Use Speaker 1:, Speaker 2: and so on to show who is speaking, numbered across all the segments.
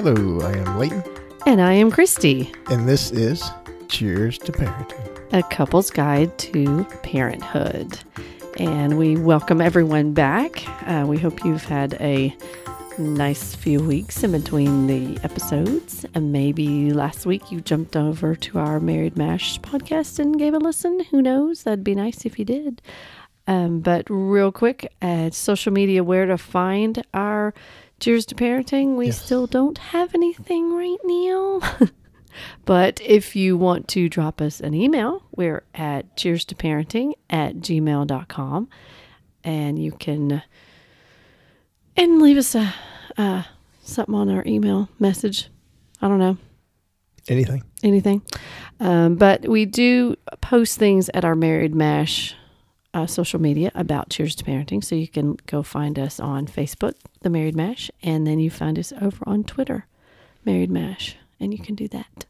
Speaker 1: Hello, I am Leighton,
Speaker 2: And I am Christy,
Speaker 1: and this is Cheers to Parenting.
Speaker 2: a couple's guide to parenthood. And we welcome everyone back. Uh, we hope you've had a nice few weeks in between the episodes. And maybe last week you jumped over to our Married Mash podcast and gave a listen. Who knows? That'd be nice if you did. Um, but real quick, uh, social media, where to find our Cheers to Parenting. We still don't have anything right now. But if you want to drop us an email, we're at cheers to parenting at gmail.com. And you can and leave us a uh, something on our email message. I don't know
Speaker 1: Anything?
Speaker 2: anything. Um, but we do post things at our Married Mash uh, social media about Cheers to Parenting. So you can go find us on Facebook, The Married Mash, and then you find us over on Twitter, Married Mash, and you can do that.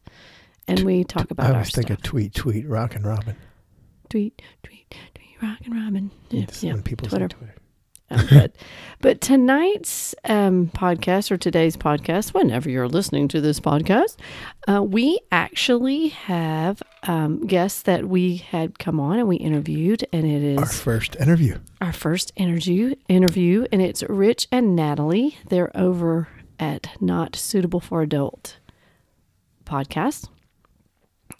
Speaker 2: And we talk about
Speaker 1: I
Speaker 2: our
Speaker 1: always think
Speaker 2: stuff.
Speaker 1: of tweet, tweet, rock and robin.
Speaker 2: tweet, tweet, tweet, rock and robin. Yeah,
Speaker 1: That's
Speaker 2: yeah,
Speaker 1: when people say
Speaker 2: Twitter.
Speaker 1: Twitter.
Speaker 2: Um, but, but tonight's um, podcast or today's podcast, whenever you're listening to this podcast, uh, we actually have um, guests that we had come on and we interviewed, and it
Speaker 1: Our
Speaker 2: is
Speaker 1: first interview.
Speaker 2: our first interview. Interview, and it's Rich and Natalie. They're over at Not Suitable for Adult podcast,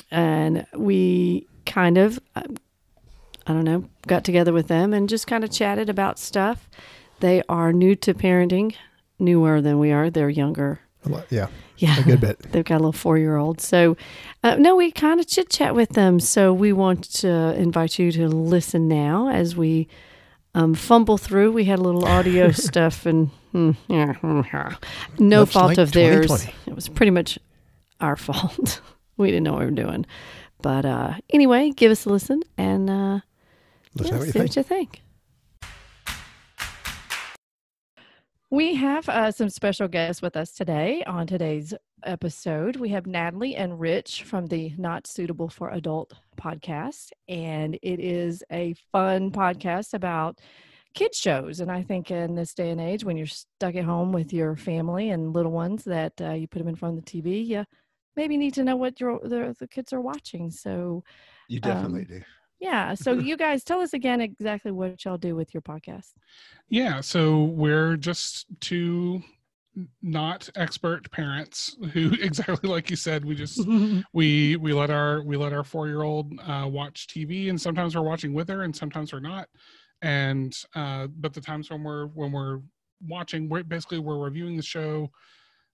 Speaker 2: and we kind of I don't know, got together with them and just kind of chatted about stuff. They are new to parenting, newer than we are. They're younger.
Speaker 1: A lot- yeah,
Speaker 2: Yeah.
Speaker 1: a good bit.
Speaker 2: They've got a little four year old. So, uh, no, we kind of chit chat with them. So, we want to invite you to listen now as we um, fumble through. We had a little audio stuff and mm, yeah, mm, yeah. no
Speaker 1: Much
Speaker 2: fault
Speaker 1: like
Speaker 2: of theirs.
Speaker 1: 2020.
Speaker 2: It was pretty much our fault. we didn't know what we were doing. But uh, anyway, give us a listen and uh,
Speaker 1: Listen
Speaker 2: yeah,
Speaker 1: to what you
Speaker 2: see
Speaker 1: think.
Speaker 2: what you think. We have uh, some special guests with us today on today's episode. We have Natalie and Rich from the Not Suitable for Adult podcast, and it is a fun podcast about kids shows. And I think in this day and age, when you're stuck at home with your family and little ones, that uh, you put them in front of the TV, you maybe need to know what your the, the kids are watching. So
Speaker 1: You
Speaker 2: definitely um,
Speaker 1: do.
Speaker 2: yeah. So you guys tell us again exactly what y'all do with your podcast.
Speaker 3: Yeah, so we're just two n- not expert parents who exactly like you said we just
Speaker 2: Mm-hmm.
Speaker 3: we we let our we let our four year old uh, watch tv and sometimes we're watching with her and sometimes we're not and uh, but the times when we're when we're watching we're basically we're reviewing the show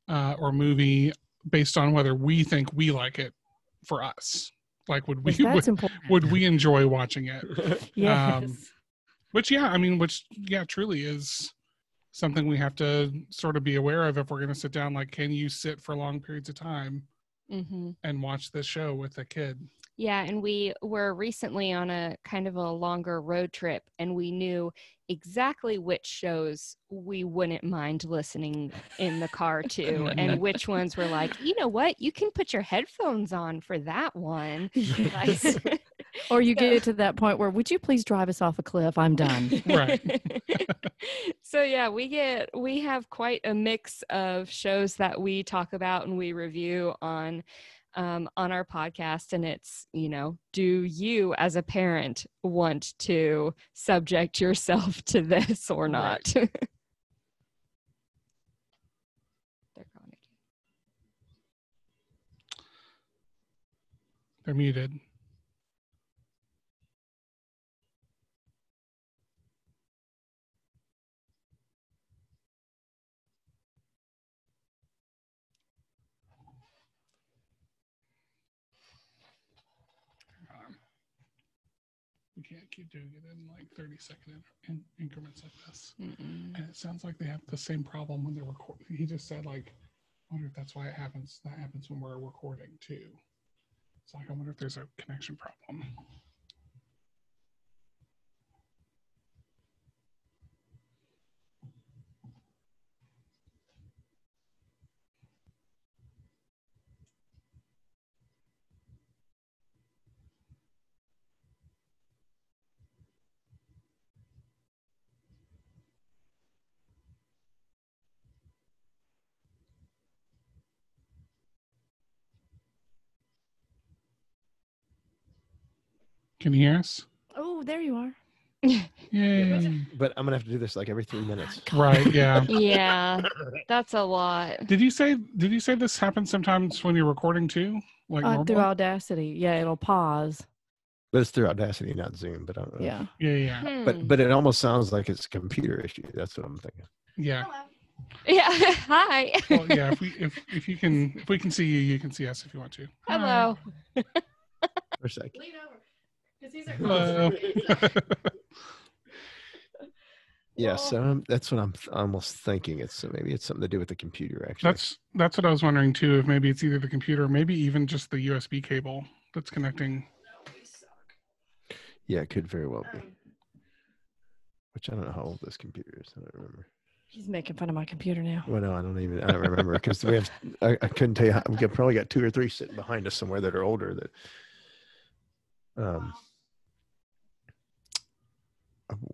Speaker 3: uh, or movie based on whether we think we like it for us like would we
Speaker 2: That's
Speaker 3: would, um,
Speaker 2: important.
Speaker 3: would we enjoy watching it
Speaker 2: Yes.
Speaker 3: which yeah i mean which yeah truly is something we have to sort of be aware of if we're going to sit down like can you sit for long periods of time
Speaker 4: Mm-hmm.
Speaker 3: and watch this show with a kid
Speaker 4: Yeah, and we were recently on a kind of a longer road trip, and we knew exactly which shows we wouldn't mind listening in the car to, and which ones were like, you know what, you can put your headphones on for that one. Like-
Speaker 2: or you get to that point where would you please drive us off a cliff? I'm done.
Speaker 3: Right.
Speaker 4: so yeah, we get we have quite a mix of shows that we talk about and we review on um, on our podcast, and it's you know, do you as a parent want to subject yourself to this or not? They're gone again.
Speaker 3: they're muted we can't keep doing it in like 30 second in- increments like this
Speaker 4: Mm-mm.
Speaker 3: And it sounds like they have the same problem when they're recording. He just said, like, I wonder if that's why it happens. That happens when we're recording too. It's like, I wonder if there's a connection problem. Can you hear us?
Speaker 2: Oh, there you are.
Speaker 3: Yay.
Speaker 1: But I'm gonna have to do this like every three minutes.
Speaker 2: Oh God.
Speaker 3: Right, yeah.
Speaker 4: yeah, that's a lot.
Speaker 3: Did you say did you say this happens sometimes when you're recording too? Like
Speaker 2: Uh,
Speaker 3: normal?
Speaker 2: through Audacity. Yeah, it'll pause.
Speaker 1: But it's through Audacity, not Zoom. But I don't know.
Speaker 2: Yeah. Hmm.
Speaker 3: yeah, yeah.
Speaker 4: Hmm.
Speaker 1: But but it almost sounds like it's a computer issue. That's what I'm thinking.
Speaker 3: Yeah.
Speaker 4: yeah, hi,
Speaker 3: Well, yeah, if we if, if you can if we can see you, you can see us if you want to. Hi.
Speaker 4: hello.
Speaker 1: For a sec.
Speaker 2: Lean over. Because these
Speaker 3: Hello.
Speaker 2: Oh.
Speaker 1: Yeah, so I'm, that's what I'm th- almost thinking. It's so maybe it's something to do with the computer actually.
Speaker 3: that's that's what I was wondering too, if maybe it's either the computer, maybe even just the USB cable that's connecting.
Speaker 1: yeah, it could very well be. Which I don't know how old this computer is. I don't remember.
Speaker 2: He's making fun of my computer now.
Speaker 1: Well, no, I don't even. I don't remember because we have. I, I couldn't tell you. How, we probably got two or three sitting behind us somewhere that are older. That. Um. I w-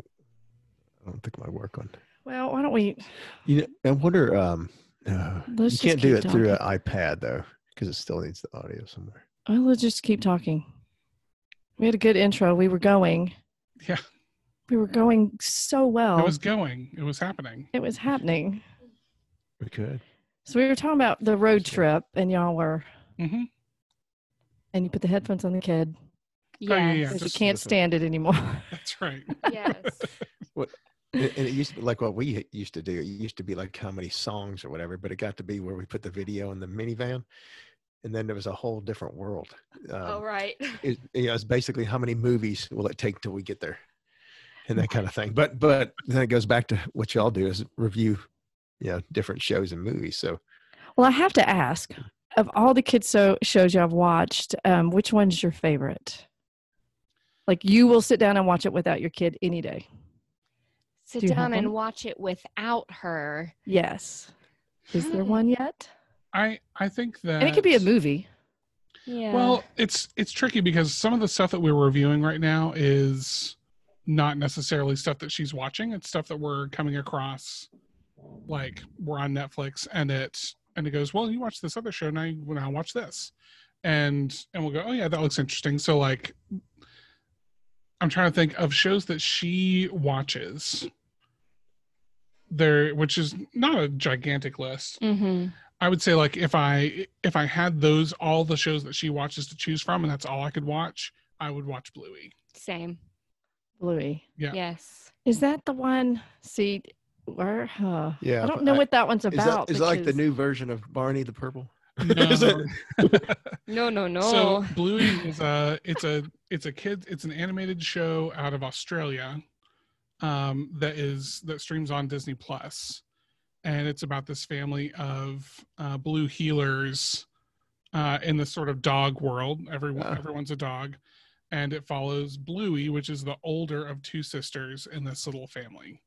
Speaker 1: I don't think my work on.
Speaker 2: Well, why don't we?
Speaker 1: You know, I wonder. Um, uh,
Speaker 2: Let's
Speaker 1: you
Speaker 2: just
Speaker 1: can't do it
Speaker 2: keep
Speaker 1: through an iPad though, because it still needs the audio somewhere.
Speaker 2: Oh, let's just keep talking. We had a good intro. We were going.
Speaker 3: Yeah.
Speaker 2: We were going so well.
Speaker 3: It was going. It was happening.
Speaker 2: it was happening.
Speaker 1: We could.
Speaker 2: So we were talking about the road
Speaker 1: Sure.
Speaker 2: trip, and y'all were,
Speaker 3: Mm-hmm.
Speaker 2: and you put the headphones on the kid
Speaker 3: yeah, yeah.
Speaker 4: Yes,
Speaker 2: because you
Speaker 3: just
Speaker 2: can't
Speaker 1: listen.
Speaker 2: stand it anymore.
Speaker 3: That's right.
Speaker 4: yes.
Speaker 1: And it and it used to be like what we used to do. It used to be like how many songs or whatever, but it got to be where we put the video in the minivan, and then there was a whole different world. Um,
Speaker 4: All right.
Speaker 1: it, you know, it's basically how many movies will it take till we get there and that kind of thing but but then it goes back to what y'all do is review you know different shows and movies so
Speaker 2: well, I have to ask of all the kids' so- shows y'all have watched, um, which one's your favorite? Like you will sit down and watch it without your kid any day.
Speaker 4: Sit
Speaker 2: Do you have
Speaker 4: down and
Speaker 2: one?
Speaker 4: watch it without her.
Speaker 2: Yes. Is there
Speaker 4: Hmm.
Speaker 2: one yet?
Speaker 3: I I think that
Speaker 2: And it could be a movie.
Speaker 4: Yeah.
Speaker 3: Well, it's it's tricky because some of the stuff that we're reviewing right now is not necessarily stuff that she's watching. It's stuff that we're coming across, like we're on Netflix, and it and it goes, well, you watch this other show now. You well, now watch this, and and we'll go, oh yeah, that looks interesting. So like, I'm trying to think of shows that she watches. There, which is not a gigantic list.
Speaker 4: mm-hmm.
Speaker 3: I would say like if I if I had those all the shows that she watches to choose from and that's all I could watch, I would watch Bluey.
Speaker 4: same.
Speaker 2: Bluey.
Speaker 3: Yeah.
Speaker 4: Yes.
Speaker 2: Is that the one? See, where? Huh.
Speaker 1: yeah
Speaker 2: I don't know what that one's
Speaker 1: is that
Speaker 2: about.
Speaker 1: is that like the
Speaker 2: because-
Speaker 1: new version of barney the purple Is
Speaker 3: No.
Speaker 1: it-
Speaker 4: No, no, no.
Speaker 3: So Bluey is a it's a it's a kid it's an animated show out of Australia um that is that streams on Disney Plus and it's about this family of uh blue healers uh in this sort of dog world everyone
Speaker 1: Ah.
Speaker 3: everyone's a dog and it follows Bluey which is the older of two sisters in this little family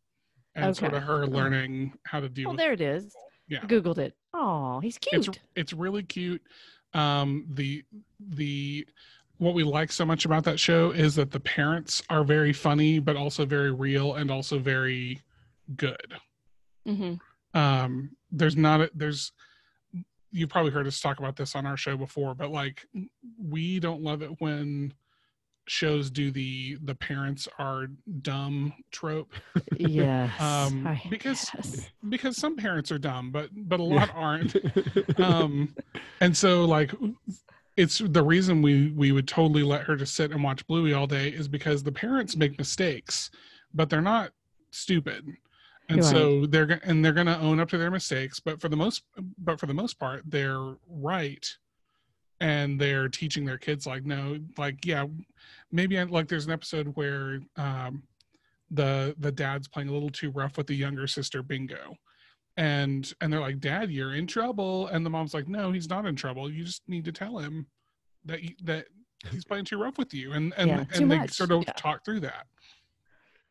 Speaker 3: and sort
Speaker 2: Okay.
Speaker 3: of her learning how to deal
Speaker 2: Oh,
Speaker 3: with
Speaker 2: there it is.
Speaker 3: Yeah.
Speaker 2: I Googled it. Oh, he's cute.
Speaker 3: it's it's really cute um the the what we like so much about that show is that the parents are very funny but also very real and also very good
Speaker 4: mm-hmm.
Speaker 3: um there's not a, there's you've probably heard us talk about this on our show before but like we don't love it when shows do the the parents are dumb trope
Speaker 2: yes.
Speaker 3: um,
Speaker 2: I-
Speaker 3: because-
Speaker 2: yes.
Speaker 3: because some parents are dumb but but a lot aren't um and so like it's the reason we we would totally let her just sit and watch bluey all day is because the parents make mistakes but they're not stupid and
Speaker 2: Right.
Speaker 3: so they're go- and they're going to own up to their mistakes but for the most but for the most part they're right and they're teaching their kids like no like yeah maybe I, like there's an episode where um the the dad's playing a little too rough with the younger sister bingo and and they're like dad you're in trouble and the mom's like no he's not in trouble you just need to tell him that you, that he's playing too rough with you and and,
Speaker 2: Yeah, too
Speaker 3: and they
Speaker 2: much,
Speaker 3: sort of
Speaker 2: yeah.
Speaker 3: talk through that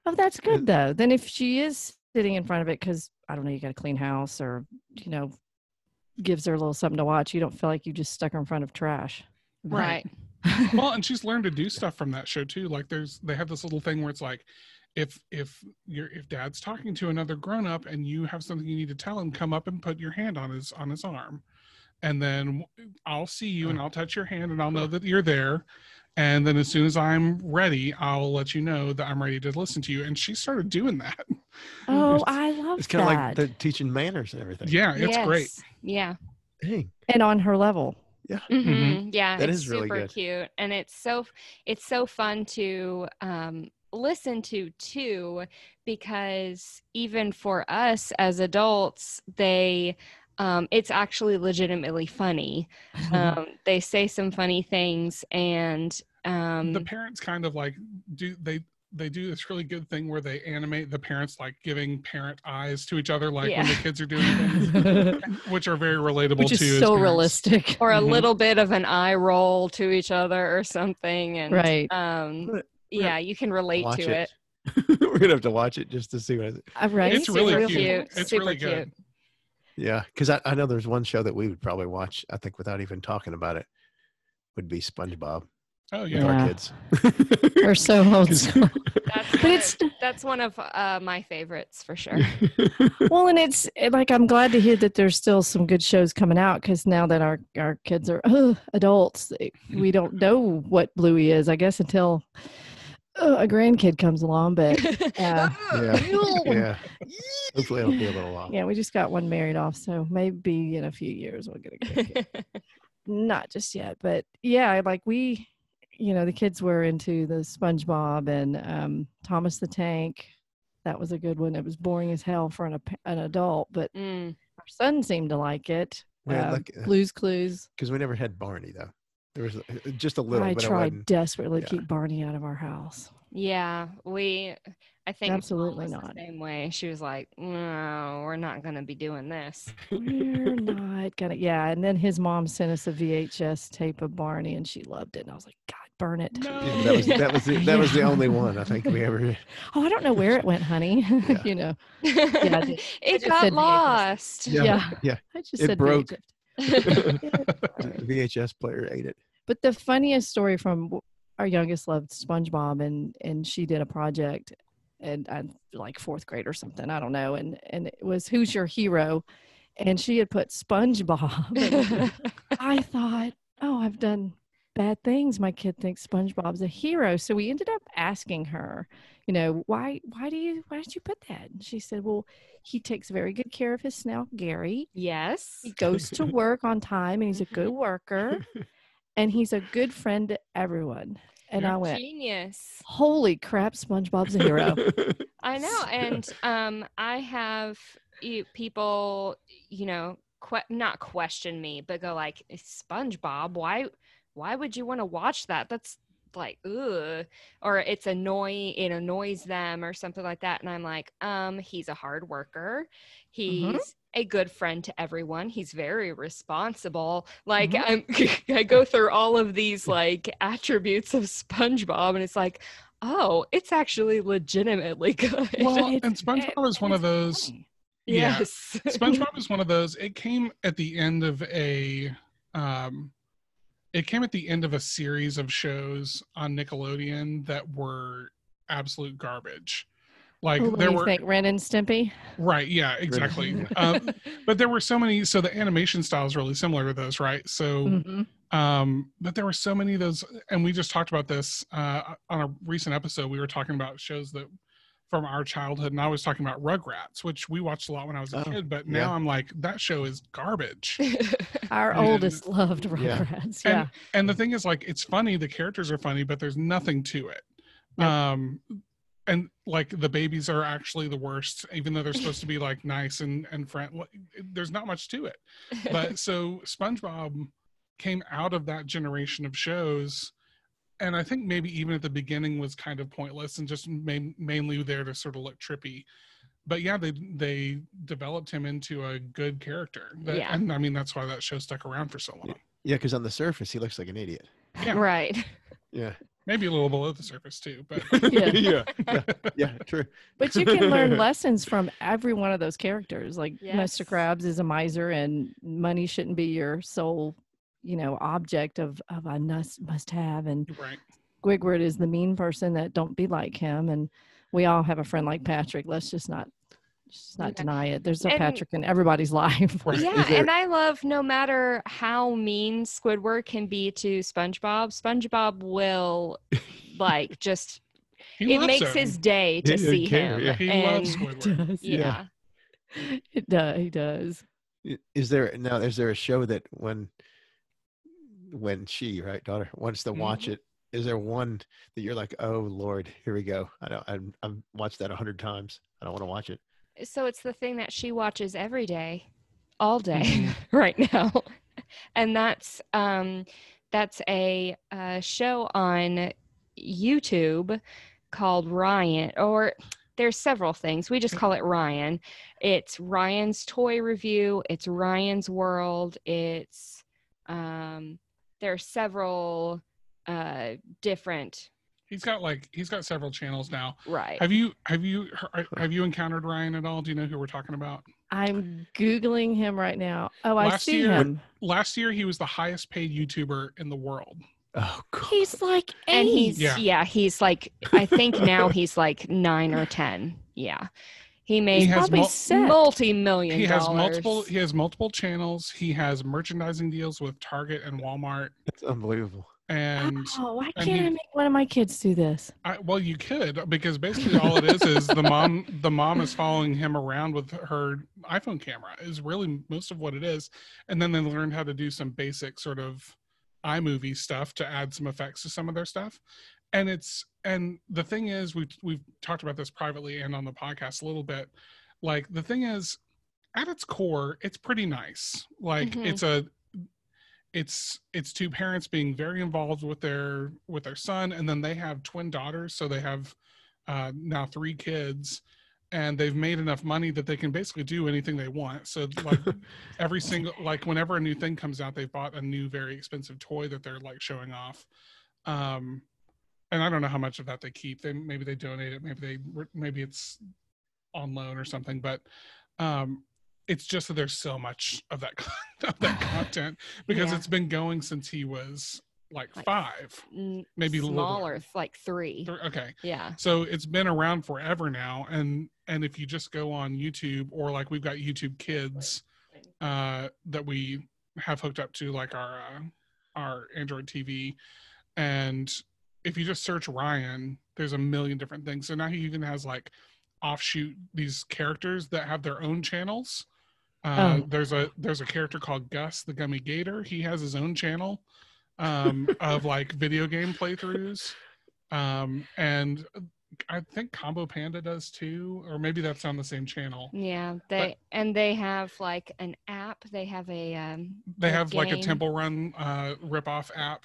Speaker 2: Oh, that's good though. Then if she is sitting in front of it, because I don't know, you got a clean house or you know, gives her a little something to watch. You don't feel like you just stuck her in front of trash.
Speaker 3: Right.
Speaker 4: Right.
Speaker 3: well and she's learned to do stuff from that show too like there's they have this little thing where it's like if if you're if dad's talking to another grown up and you have something you need to tell him come up and put your hand on his on his arm and then i'll see you and i'll touch your hand and i'll know that you're there And then as soon as I'm ready, I'll let you know that I'm ready to listen to you. And she started doing that.
Speaker 2: Oh,
Speaker 3: It's-
Speaker 2: I love
Speaker 1: It's kind of like
Speaker 2: that.
Speaker 1: they're teaching manners and everything.
Speaker 3: Yeah, it's great.
Speaker 4: Yes. Yeah.
Speaker 1: Dang.
Speaker 2: and on her level.
Speaker 4: hmm
Speaker 3: Mhm.
Speaker 4: Yeah.
Speaker 1: That
Speaker 4: it's
Speaker 1: is really
Speaker 4: super
Speaker 1: good.
Speaker 4: cute. And it's so it's so fun to um listen to too, because even for us as adults, they um it's actually legitimately funny.
Speaker 3: Mm-hmm.
Speaker 4: Um they say some funny things and um
Speaker 3: the parents kind of like do they they do this really good thing where they animate the parents like giving parent eyes to each other like when the
Speaker 4: Yeah.
Speaker 3: kids are doing things which are very relatable
Speaker 2: Which
Speaker 3: to
Speaker 2: is
Speaker 3: as
Speaker 2: so
Speaker 3: parents.
Speaker 2: realistic.
Speaker 4: or a
Speaker 3: Mhm.
Speaker 4: little bit of an eye roll to each other or something and
Speaker 2: Right.
Speaker 4: um
Speaker 1: We're-
Speaker 4: yeah you can relate
Speaker 1: Watch
Speaker 4: to it,
Speaker 1: We're gonna have to watch it just to see what. It,
Speaker 2: Uh, right.
Speaker 3: it's
Speaker 4: Super
Speaker 3: really
Speaker 4: real
Speaker 3: cute.
Speaker 4: cute,
Speaker 3: it's
Speaker 4: super
Speaker 3: really
Speaker 4: cute.
Speaker 3: good
Speaker 1: yeah, because I, I know there's one show that we would probably watch. I think without even talking about it, would be SpongeBob
Speaker 3: oh
Speaker 1: with
Speaker 3: yeah,
Speaker 2: Yeah.
Speaker 1: our kids.
Speaker 2: We're so homeschooled.
Speaker 4: That's
Speaker 2: But
Speaker 4: one of-
Speaker 2: it's
Speaker 4: that's one of uh, my favorites for sure
Speaker 2: well, and it's eh, like I'm glad to hear that there's still some good shows coming out because now that our our kids are ugh, adults, eh, we don't know what Bluey is. I guess until uh, a grandkid comes along, but Yeah.
Speaker 1: yeah. Hopefully, it'll be a little while.
Speaker 2: yeah, we just got one married off, so maybe in a few years we'll get a grandkid. not just yet, but yeah, like we, you know, the kids were into the SpongeBob and um, Thomas the Tank. That was a good one. It was boring as hell for an ap- an adult, but
Speaker 4: Mm,
Speaker 2: our son seemed to like it.
Speaker 1: We had
Speaker 2: Um,
Speaker 1: luck-
Speaker 2: Blue's Clues.
Speaker 1: because we never had Barney though. There was uh, just a little.
Speaker 2: I
Speaker 1: but it
Speaker 2: tried
Speaker 1: wasn't-
Speaker 2: desperately to
Speaker 1: yeah.
Speaker 2: keep Barney out of our house.
Speaker 4: yeah we i think Mom
Speaker 2: Absolutely
Speaker 4: was
Speaker 2: not.
Speaker 4: the same way she was like no we're not gonna be doing this
Speaker 2: We're not gonna, yeah. And then his mom sent us a VHS tape of Barney, and she loved it. And I was like, God, burn it.
Speaker 1: Yeah, that was that was the, that was the
Speaker 2: Yeah.
Speaker 1: only one I think we ever.
Speaker 2: Oh, I don't know where it went, honey.
Speaker 1: Yeah.
Speaker 2: you know, did.
Speaker 4: it,
Speaker 2: just
Speaker 4: got
Speaker 2: said VHS.
Speaker 4: lost
Speaker 1: Yeah,
Speaker 2: Yeah.
Speaker 1: yeah.
Speaker 2: I just
Speaker 1: It
Speaker 2: said
Speaker 1: broke.
Speaker 2: VHS.
Speaker 1: The VHS player ate it.
Speaker 2: But the funniest story from w- our youngest loved SpongeBob, and and she did a project, and I like fourth grade or something, I don't know, and and it was who's your hero, and she had put SpongeBob. and I thought, oh, I've done bad things. My kid thinks SpongeBob's a hero, so we ended up asking her, you know, why why do you why did you put that? And she said, well, he takes very good care of his snout, Gary.
Speaker 4: yes
Speaker 2: He goes to work on time and he's a good worker and he's a good friend to everyone. And
Speaker 3: Yeah.
Speaker 2: I went,
Speaker 4: genius
Speaker 2: holy crap, SpongeBob's a hero.
Speaker 4: I know,
Speaker 1: Yeah.
Speaker 4: and um, I have you, people, you know, que- not question me, but go like, SpongeBob, why, why would you want to watch that? That's like, ugh, or it's annoying, it annoys them, or something like that. And I'm like, um, he's a hard worker, he's a good friend to everyone, he's very responsible. Like, I'm, I go through all of these like attributes of SpongeBob, and it's like. Oh, it's actually legitimately good.
Speaker 3: well
Speaker 2: It's-
Speaker 3: and spongebob is one of those yeah.
Speaker 4: yes.
Speaker 3: SpongeBob is one of those. It came at the end of a, um, it came at the end of a series of shows on Nickelodeon that were absolute garbage. Like
Speaker 2: Who do
Speaker 3: there
Speaker 2: you
Speaker 3: were
Speaker 2: think? Ren and Stimpy?
Speaker 3: right, yeah, exactly. um, but there were so many. So the animation style is really similar to those, right? So
Speaker 1: Mm.
Speaker 3: um but there were so many of those and we just talked about this uh on a recent episode we were talking about shows that from our childhood and i was talking about rugrats which we watched a lot when i was a
Speaker 1: Oh,
Speaker 3: kid but
Speaker 1: yeah.
Speaker 3: now i'm like that show is garbage
Speaker 2: Our
Speaker 3: And-
Speaker 2: oldest loved
Speaker 1: Yeah.
Speaker 2: Rugrats. Yeah.
Speaker 3: and the thing is like it's funny the characters are funny but there's nothing to it
Speaker 2: Nope.
Speaker 3: um and like the babies are actually the worst even though they're supposed to be like nice and and friend there's not much to it but so SpongeBob came out of that generation of shows, and I think maybe even at the beginning was kind of pointless and just main, mainly there to sort of look trippy. But yeah, they they developed him into a good character, That-
Speaker 4: Yeah.
Speaker 3: and I mean that's why that show stuck around for so long.
Speaker 1: Yeah, because on the surface he looks like an idiot.
Speaker 3: Yeah.
Speaker 4: Right.
Speaker 1: Yeah.
Speaker 3: Maybe a little below the surface too, but
Speaker 2: Yeah.
Speaker 1: yeah. Yeah. Yeah, True.
Speaker 2: But you can learn lessons from every one of those characters. Like Mr.
Speaker 4: Yes.
Speaker 2: Krabs is a miser and money shouldn't be your sole, you know, object of, of I must, must have. And
Speaker 3: right,
Speaker 2: Squidward is the mean person that don't be like him, and we all have a friend like Patrick. Let's just not She's not
Speaker 4: Okay.
Speaker 2: deny it. There's a
Speaker 4: And-
Speaker 2: Patrick in everybody's life.
Speaker 3: Right.
Speaker 4: Yeah,
Speaker 1: Is there-
Speaker 4: and I love no matter how mean Squidward can be to SpongeBob, SpongeBob will like just
Speaker 3: He
Speaker 4: it
Speaker 3: loves
Speaker 4: makes
Speaker 3: him.
Speaker 4: his day to
Speaker 1: He doesn't
Speaker 4: see
Speaker 1: care,
Speaker 4: him.
Speaker 1: yeah.
Speaker 3: He
Speaker 4: and
Speaker 3: loves
Speaker 2: It
Speaker 3: Squidward.
Speaker 2: does.
Speaker 4: yeah.
Speaker 1: Yeah.
Speaker 2: It does. He does.
Speaker 1: I- Is there now? Is there a show that when when she right daughter wants to watch
Speaker 2: Mm-hmm.
Speaker 1: it? Is there one that you're like, oh Lord, here we go? I don't. I'm, I've watched that a hundred times. I don't want to watch it.
Speaker 4: So it's the thing that she watches every day, all day right now. And that's um that's a uh, show on YouTube called Ryan or there's several things. We just call it Ryan. It's Ryan's Toy Review, it's Ryan's World, it's um there are several uh different
Speaker 3: He's got like he's got several channels now.
Speaker 4: right.
Speaker 3: Have you have you he- have you encountered Ryan at all? Do you know who we're talking about?
Speaker 2: I'm googling him right now. Oh, I
Speaker 3: Last
Speaker 2: see
Speaker 3: year-
Speaker 2: him.
Speaker 3: Last year he was the highest paid YouTuber in the world.
Speaker 1: Oh God.
Speaker 2: He's like eight.
Speaker 4: and he's
Speaker 3: Yeah.
Speaker 4: yeah. he's like i think now he's like nine or ten yeah he made
Speaker 3: has
Speaker 2: probably
Speaker 3: mul-
Speaker 2: sick.
Speaker 4: multi-million
Speaker 3: he has
Speaker 4: dollars.
Speaker 3: multiple he has multiple channels. He has merchandising deals with Target and Walmart
Speaker 1: It's unbelievable.
Speaker 3: and
Speaker 2: oh, why
Speaker 3: and
Speaker 2: can't
Speaker 3: he-
Speaker 2: I make one of my kids do this?
Speaker 3: I, well, you could because basically all it is is the mom the mom is following him around with her iPhone camera is really most of what it is, and then they learned how to do some basic sort of iMovie stuff to add some effects to some of their stuff, and it's and the thing is we have we've talked about this privately and on the podcast a little bit, like the thing is, at its core, it's pretty nice. Like
Speaker 4: Mhm.
Speaker 3: it's a it's it's two parents being very involved with their with their son and then they have twin daughters so they have uh, now three kids and they've made enough money that they can basically do anything they want so like every single like whenever a new thing comes out they've bought a new very expensive toy that they're like showing off um and i don't know how much of that they keep they maybe they donate it maybe they maybe it's on loan or something but um it's just that there's so much of that of that content because
Speaker 4: Yeah.
Speaker 3: it's been going since he was like
Speaker 4: Like-
Speaker 3: five
Speaker 4: Mm,
Speaker 3: maybe
Speaker 4: smaller
Speaker 3: littler.
Speaker 4: like three
Speaker 3: Three- okay
Speaker 4: yeah
Speaker 3: so it's been around forever now and and if you just go on youtube or like we've got youtube kids uh that we have hooked up to like our uh, our android tv and if you just search ryan there's a million different things so now he even has like offshoot these characters that have their own channels uh,
Speaker 2: Oh.
Speaker 3: there's a there's a character called gus the gummy gator he has his own channel um of like video game playthroughs um and i think combo panda does too or maybe that's on the same channel
Speaker 2: Mm,
Speaker 4: yeah they and they have like an app they have a um
Speaker 3: they have like a
Speaker 4: game.
Speaker 3: temple run uh rip-off app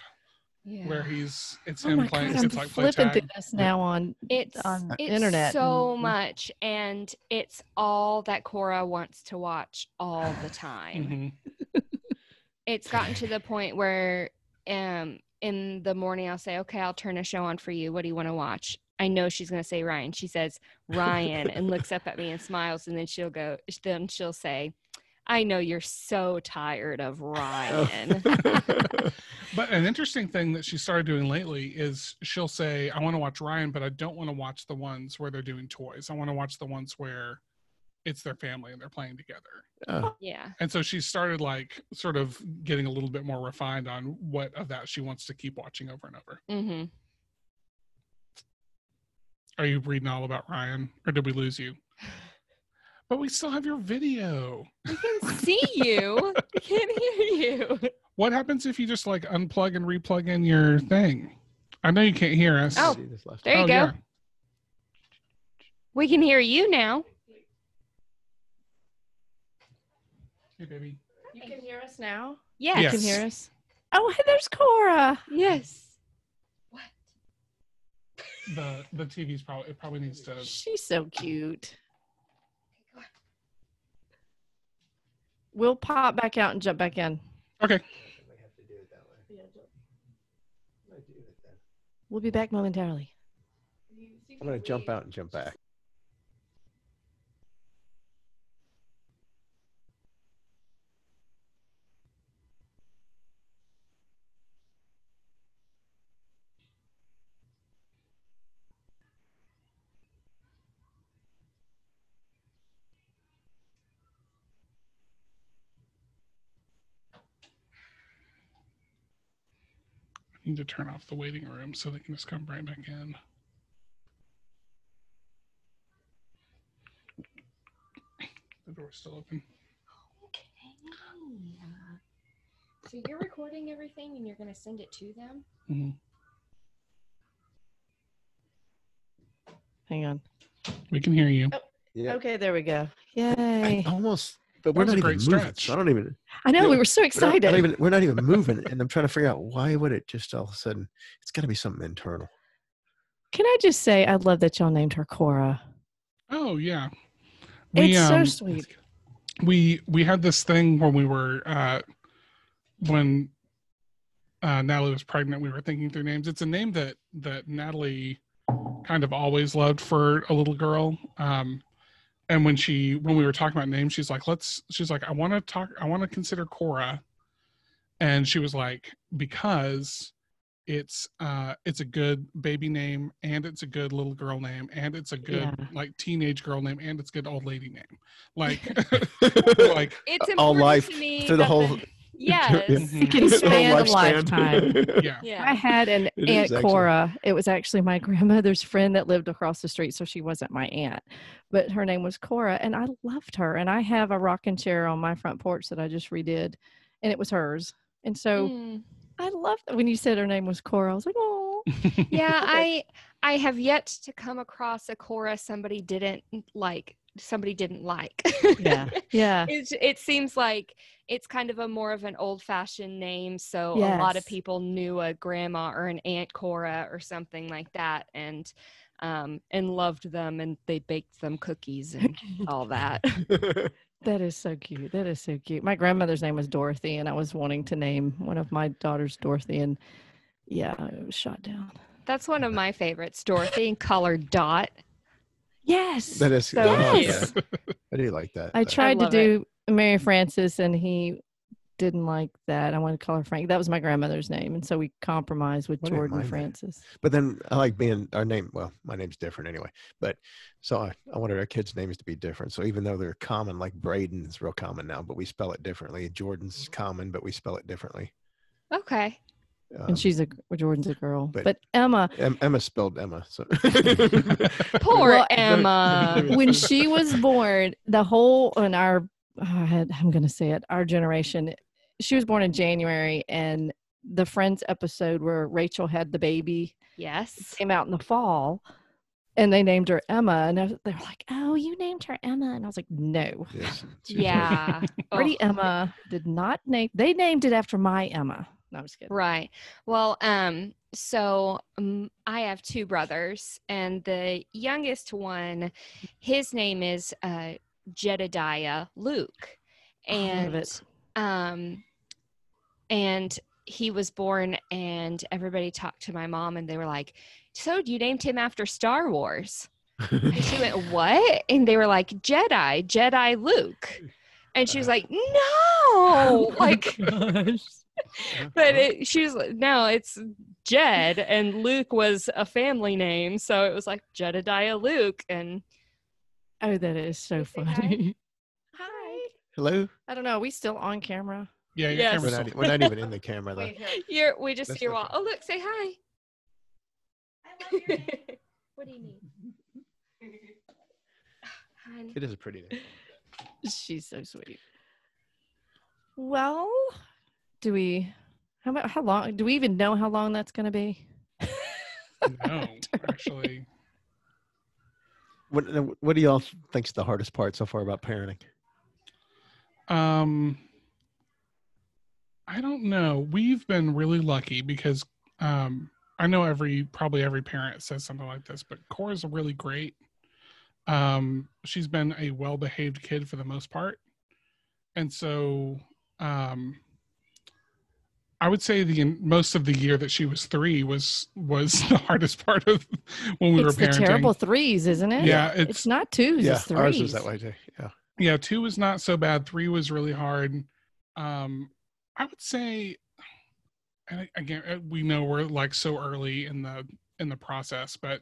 Speaker 4: yeah.
Speaker 3: where he's it's
Speaker 2: Oh
Speaker 3: him
Speaker 2: my
Speaker 3: playing
Speaker 2: god, I'm
Speaker 3: it's like play
Speaker 2: flipping
Speaker 3: tag
Speaker 2: through this now on
Speaker 4: it's
Speaker 2: on
Speaker 4: it's
Speaker 2: internet
Speaker 4: so
Speaker 2: and-
Speaker 4: much and it's all that cora wants to watch all the time
Speaker 3: Mhm.
Speaker 4: it's gotten to the point where um in the morning I'll say, "Okay, I'll turn a show on for you. What do you want to watch?" I know she's going to say Ryan. She says Ryan and looks up at me and smiles and then she'll go then she'll say, "I know you're so tired of Ryan."
Speaker 3: but an interesting thing that she started doing lately is she'll say i want to watch ryan but i don't want to watch the ones where they're doing toys i want to watch the ones where it's their family and they're playing together
Speaker 1: Oh,
Speaker 4: yeah.
Speaker 3: and so she started like sort of getting a little bit more refined on what of that she wants to keep watching over and over
Speaker 4: Mhm.
Speaker 3: are you reading all about ryan or did we lose you but we still have your video
Speaker 4: We can see you. We can hear you.
Speaker 3: what happens if you just like unplug and replug in your thing i know you can't hear us
Speaker 4: Oh,
Speaker 1: see this left
Speaker 4: there you
Speaker 3: Oh,
Speaker 4: go.
Speaker 3: yeah.
Speaker 4: We can hear you now.
Speaker 3: Hey, baby.
Speaker 2: You can hear us now.
Speaker 4: Yes.
Speaker 3: Yes.
Speaker 2: You can hear us. Oh, hey, there's Cora.
Speaker 4: Yes.
Speaker 3: the the TV's probably it probably needs to.
Speaker 2: She's so cute. We'll pop back out and jump back in.
Speaker 3: Okay.
Speaker 2: We'll be back momentarily.
Speaker 1: I'm gonna jump out and jump back.
Speaker 3: need to turn off the waiting room so they can just come right back in. The door's still open.
Speaker 4: Okay. So you're recording everything and you're going to send it to them?
Speaker 2: Hang on.
Speaker 3: We can hear you.
Speaker 1: Yeah.
Speaker 2: Okay, there we go.
Speaker 1: I
Speaker 2: Yay.
Speaker 1: almost, but
Speaker 3: That
Speaker 1: we're not
Speaker 3: was a
Speaker 1: even
Speaker 3: great
Speaker 1: moving.
Speaker 3: stretch.
Speaker 1: So I don't even.
Speaker 2: I know
Speaker 1: Yeah.
Speaker 2: we were so
Speaker 1: We're not, I
Speaker 2: excited.
Speaker 1: don't even we're not even moving, and I'm trying to figure out why would it just all of a sudden? It's got to be something internal.
Speaker 2: Can I just say I love that y'all named her Cora.
Speaker 3: Oh yeah.
Speaker 2: It's so
Speaker 3: um,
Speaker 2: sweet.
Speaker 3: we we had this thing when we were uh when uh natalie was pregnant we were thinking through names it's a name that that natalie kind of always loved for a little girl um and when she when we were talking about names she's like let's she's like i want to talk i want to consider cora and she was like because it's uh it's a good baby name and it's a good little girl name and it's a good
Speaker 2: Yeah.
Speaker 3: like teenage girl name and it's good old lady name like like
Speaker 4: It's important
Speaker 1: All life
Speaker 4: to me
Speaker 1: through the
Speaker 4: that
Speaker 1: whole-
Speaker 4: yes.
Speaker 3: Mhm.
Speaker 2: can span a lifetime.
Speaker 3: yeah
Speaker 2: I
Speaker 4: Yeah.
Speaker 2: had an
Speaker 1: It
Speaker 2: Aunt
Speaker 1: is, actually.
Speaker 2: Cora. It was actually my grandmother's friend that lived across the street, so she wasn't my aunt, but her name was Cora, and I loved her. And I have a rocking chair on my front porch that I just redid, and it was hers. And so
Speaker 4: Mm.
Speaker 2: I loved when you said her name was Cora. I was like, oh,
Speaker 4: yeah, I I have yet to come across a Cora somebody didn't like somebody didn't like.
Speaker 2: Yeah. yeah,
Speaker 4: It's, it seems like it's kind of a more of an old fashioned name. So a lot of
Speaker 2: Yes.
Speaker 4: people knew a grandma or an Aunt Cora or something like that and um, and loved them and they baked them cookies and all that.
Speaker 2: that is so cute. That is so cute. My grandmother's name was Dorothy, and I was wanting to name one of my daughters Dorothy, and yeah, it was shot down.
Speaker 4: That's one of my favorites, Dorothy and colored dot.
Speaker 2: Yes,
Speaker 1: That is.
Speaker 4: So-
Speaker 1: I like
Speaker 2: Yes.
Speaker 1: that. I do like that.
Speaker 2: I
Speaker 1: That-
Speaker 2: tried to
Speaker 4: love it.
Speaker 2: do Mary Frances, and he didn't like that. I wanted to call her Frank. That was my grandmother's name, and so we compromised with
Speaker 1: I didn't
Speaker 2: Jordan
Speaker 1: mind that.
Speaker 2: Francis.
Speaker 1: But then I like being our name. Well, my name's different anyway. But so I, I wanted our kids' names to be different. So even though they're common, like Braden is real common now, but we spell it differently. Jordan's common, but we spell it differently.
Speaker 4: Okay.
Speaker 1: Um,
Speaker 2: And she's a well, Jordan's a girl, but,
Speaker 1: but-
Speaker 2: Emma.
Speaker 1: Em- Emma spelled Emma. So
Speaker 4: Poor
Speaker 2: Well,
Speaker 4: Emma.
Speaker 2: when she was born, the whole in our oh, I had, I'm going to say it, our generation. She was born in January, and the Friends episode where Rachel had the baby
Speaker 4: Yes.
Speaker 2: came out in the fall, and they named her Emma, and I was- they were like, "Oh, you named her Emma," and I was like, "No."
Speaker 1: Yes, she's right.
Speaker 4: Yeah.
Speaker 2: Pretty
Speaker 4: Ugh.
Speaker 2: Emma did not name. They named it after my Emma. No, I'm just kidding.
Speaker 4: Oh, Right. Well, um, so um, I have two brothers, and the youngest one, his name is uh, Jedediah Luke,
Speaker 2: I love
Speaker 4: and
Speaker 2: it.
Speaker 4: um, and he was born, and everybody talked to my mom, and they were like, "So you named him after Star Wars?" And she went, What? And they were like, Jedi, Jedi Luke. And she was
Speaker 3: Uh.
Speaker 4: like, No. Like, but it, she was like, No, it's Jed. And Luke was a family name. So it was like Jedediah Luke. And
Speaker 2: Oh, that is so
Speaker 4: You say hi?
Speaker 2: funny.
Speaker 4: hi.
Speaker 1: Hello.
Speaker 2: I don't know. Are we still on camera?
Speaker 3: yeah your
Speaker 4: Yes.
Speaker 1: We're
Speaker 3: camera's
Speaker 1: not, e-, we're not even in the camera though.
Speaker 4: You're, we just
Speaker 1: That's
Speaker 4: hear, well,
Speaker 1: different.
Speaker 4: Oh, look, say hi. I love your name. what do you mean? Hun.
Speaker 1: It is a pretty name.
Speaker 2: She's so sweet. Well, do we? How about how long? Do we even know how long that's going to be?
Speaker 3: no actually
Speaker 1: What What do y'all think's the hardest part so far about parenting?
Speaker 3: Um, I don't know. We've been really lucky because um, I know every probably every parent says something like this, but Cora's really great. Um, she's been a well-behaved kid for the most part, and so um, I would say the most of the year that she was three was was the hardest part of when we
Speaker 2: it's
Speaker 3: were
Speaker 2: the
Speaker 3: parenting.
Speaker 2: terrible threes, isn't it?
Speaker 3: Yeah,
Speaker 2: it's,
Speaker 3: it's-
Speaker 2: not twos.
Speaker 1: yeah,
Speaker 2: it's threes.
Speaker 1: ours was that way too. Yeah.
Speaker 3: yeah two was not so bad three was really hard um i would say and I- again uh, we know we're like so early in the in the process but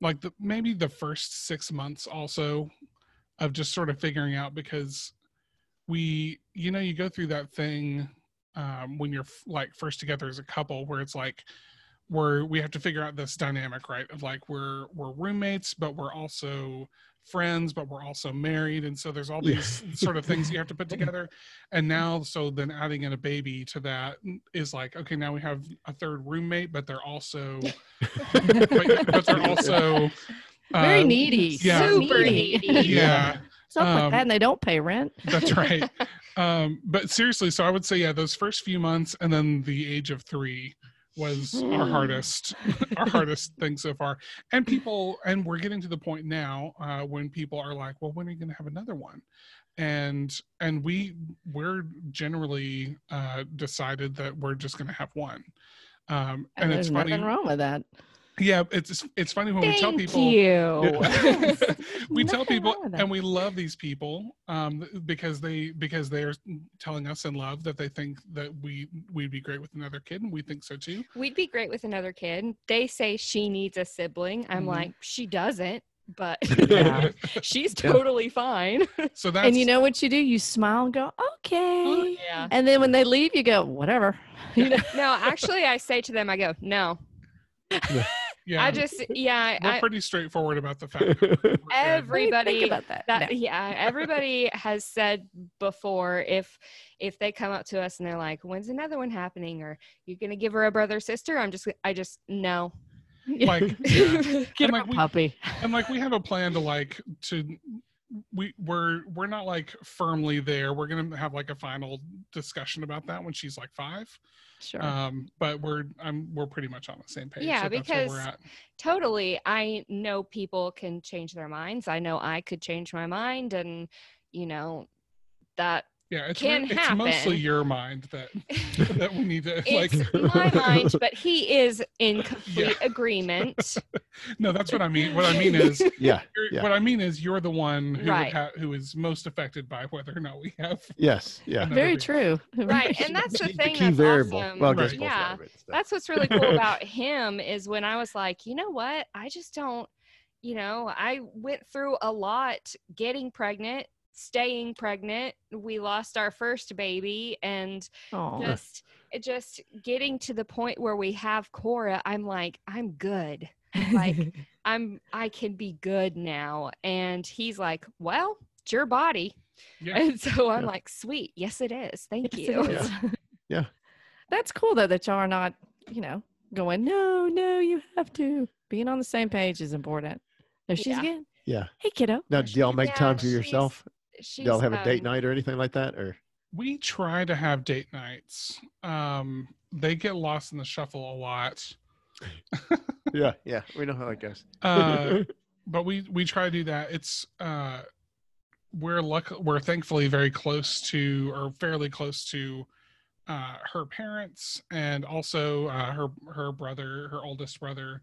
Speaker 3: like the maybe the first six months also of just sort of figuring out because we you know you go through that thing um, when you're f- like first together as a couple where it's like we're we have to figure out this dynamic right of like we're we're roommates but we're also friends but we're also married and so there's all
Speaker 1: Yeah.
Speaker 3: these sort of things you have to put together and now so then adding in a baby to that is like okay now we have a third roommate but they're also but, but they're also
Speaker 2: Very
Speaker 3: uh,
Speaker 2: needy.
Speaker 3: yeah.
Speaker 4: Super needy.
Speaker 3: yeah
Speaker 2: Stuff like
Speaker 3: Um,
Speaker 2: that, and they don't pay rent.
Speaker 3: that's right. um, but seriously, so I would say, yeah, those first few months and then the age of three was our
Speaker 2: Hmm.
Speaker 3: hardest, our hardest thing so far. And people, and we're getting to the point now uh, when people are like, well, when are you going to have another one? And and we we're generally uh, decided that we're just going to have one. Um, and
Speaker 2: There's
Speaker 3: it's funny,
Speaker 2: nothing wrong with that.
Speaker 3: yeah, it's it's funny when we tell
Speaker 4: Thank
Speaker 3: people.
Speaker 4: you.
Speaker 3: Yeah.
Speaker 2: There's
Speaker 3: we tell
Speaker 2: nothing
Speaker 3: people
Speaker 2: wrong with that.
Speaker 3: and we love these people um, th- because they because they're telling us in love that they think that we we'd be great with another kid and we think so too
Speaker 4: We'd be great with another kid. They say she needs a sibling. I'm
Speaker 3: Mhm.
Speaker 4: like, she doesn't, but
Speaker 2: Yeah.
Speaker 4: she's
Speaker 1: Yeah.
Speaker 4: totally fine.
Speaker 3: so that's
Speaker 2: and you know what you do? You smile and go, okay.
Speaker 4: yeah.
Speaker 2: And then when they leave, you go, whatever. You know,
Speaker 4: No, actually, I say to them, I go, no.
Speaker 3: yeah
Speaker 4: I just, yeah,
Speaker 3: we're
Speaker 4: I,
Speaker 3: pretty straightforward about the fact that we're good.
Speaker 4: every- Everybody
Speaker 2: think about that.
Speaker 4: that
Speaker 2: No.
Speaker 4: yeah everybody has said before if if they come up to us and they're like when's another one happening or you gonna give her a brother or sister i'm just i just no
Speaker 3: like yeah.
Speaker 2: Get
Speaker 3: and
Speaker 2: her
Speaker 3: like
Speaker 2: a
Speaker 3: we-
Speaker 2: puppy.
Speaker 3: and like we have a plan to like to we we're we're not like firmly there we're gonna have like a final discussion about that when she's like five
Speaker 2: Sure.
Speaker 3: um but we're i'm we're pretty much on the same page
Speaker 4: Yeah,
Speaker 3: so that's where we're
Speaker 4: because-
Speaker 3: at.
Speaker 4: totally i know people can change their minds i know i could change my mind and you know that
Speaker 3: Yeah, it's,
Speaker 4: can
Speaker 3: re- it's mostly
Speaker 4: happen.
Speaker 3: your mind that that we need to like.
Speaker 4: it's my mind but he is in complete agreement
Speaker 3: No, that's what I mean. What I mean is,
Speaker 1: yeah.
Speaker 3: you're-
Speaker 1: Yeah.
Speaker 3: what I mean is, you're the one who
Speaker 4: Right.
Speaker 3: would ha- who is most affected by whether or not we have.
Speaker 1: Yes. Yeah.
Speaker 3: another
Speaker 2: Very
Speaker 3: baby.
Speaker 2: true.
Speaker 4: right and that's the
Speaker 1: She's
Speaker 4: thing
Speaker 1: key
Speaker 4: that's
Speaker 1: variable.
Speaker 4: awesome.
Speaker 1: Well, I guess
Speaker 3: Right.
Speaker 1: both
Speaker 4: yeah
Speaker 1: variables, though.
Speaker 4: that's what's really cool about him is when I was like, you know what? I just don't, you know, I went through a lot getting pregnant, staying pregnant. We lost our first baby and
Speaker 2: Aw.
Speaker 4: just it just getting to the point where we have Cora, I'm like, I'm good. like- I'm I can be good now. And he's like, Well, it's your body.
Speaker 3: Yeah,
Speaker 4: And so I'm
Speaker 1: Yeah.
Speaker 4: like, sweet, yes it is. Thank
Speaker 2: Yes,
Speaker 4: you.
Speaker 2: it is.
Speaker 1: Yeah.
Speaker 2: That's cool though that y'all are not, you know, going, no, no, you have to. Being on the same page is important. There she's
Speaker 4: Yeah.
Speaker 2: again.
Speaker 1: Yeah.
Speaker 2: Hey kiddo.
Speaker 1: Now, do y'all make
Speaker 4: Yeah,
Speaker 1: time for
Speaker 4: she's-
Speaker 1: yourself? Do
Speaker 4: She's
Speaker 1: y'all have a date
Speaker 4: um,
Speaker 1: night or anything like that? Or
Speaker 3: we try to have date nights. Um, they get lost in the shuffle a lot,
Speaker 1: yeah, yeah, we know how that goes.
Speaker 3: uh, but we we try to do that. It's uh, we're luck we're thankfully very close to or fairly close to uh, her parents and also uh, her her brother, her oldest brother,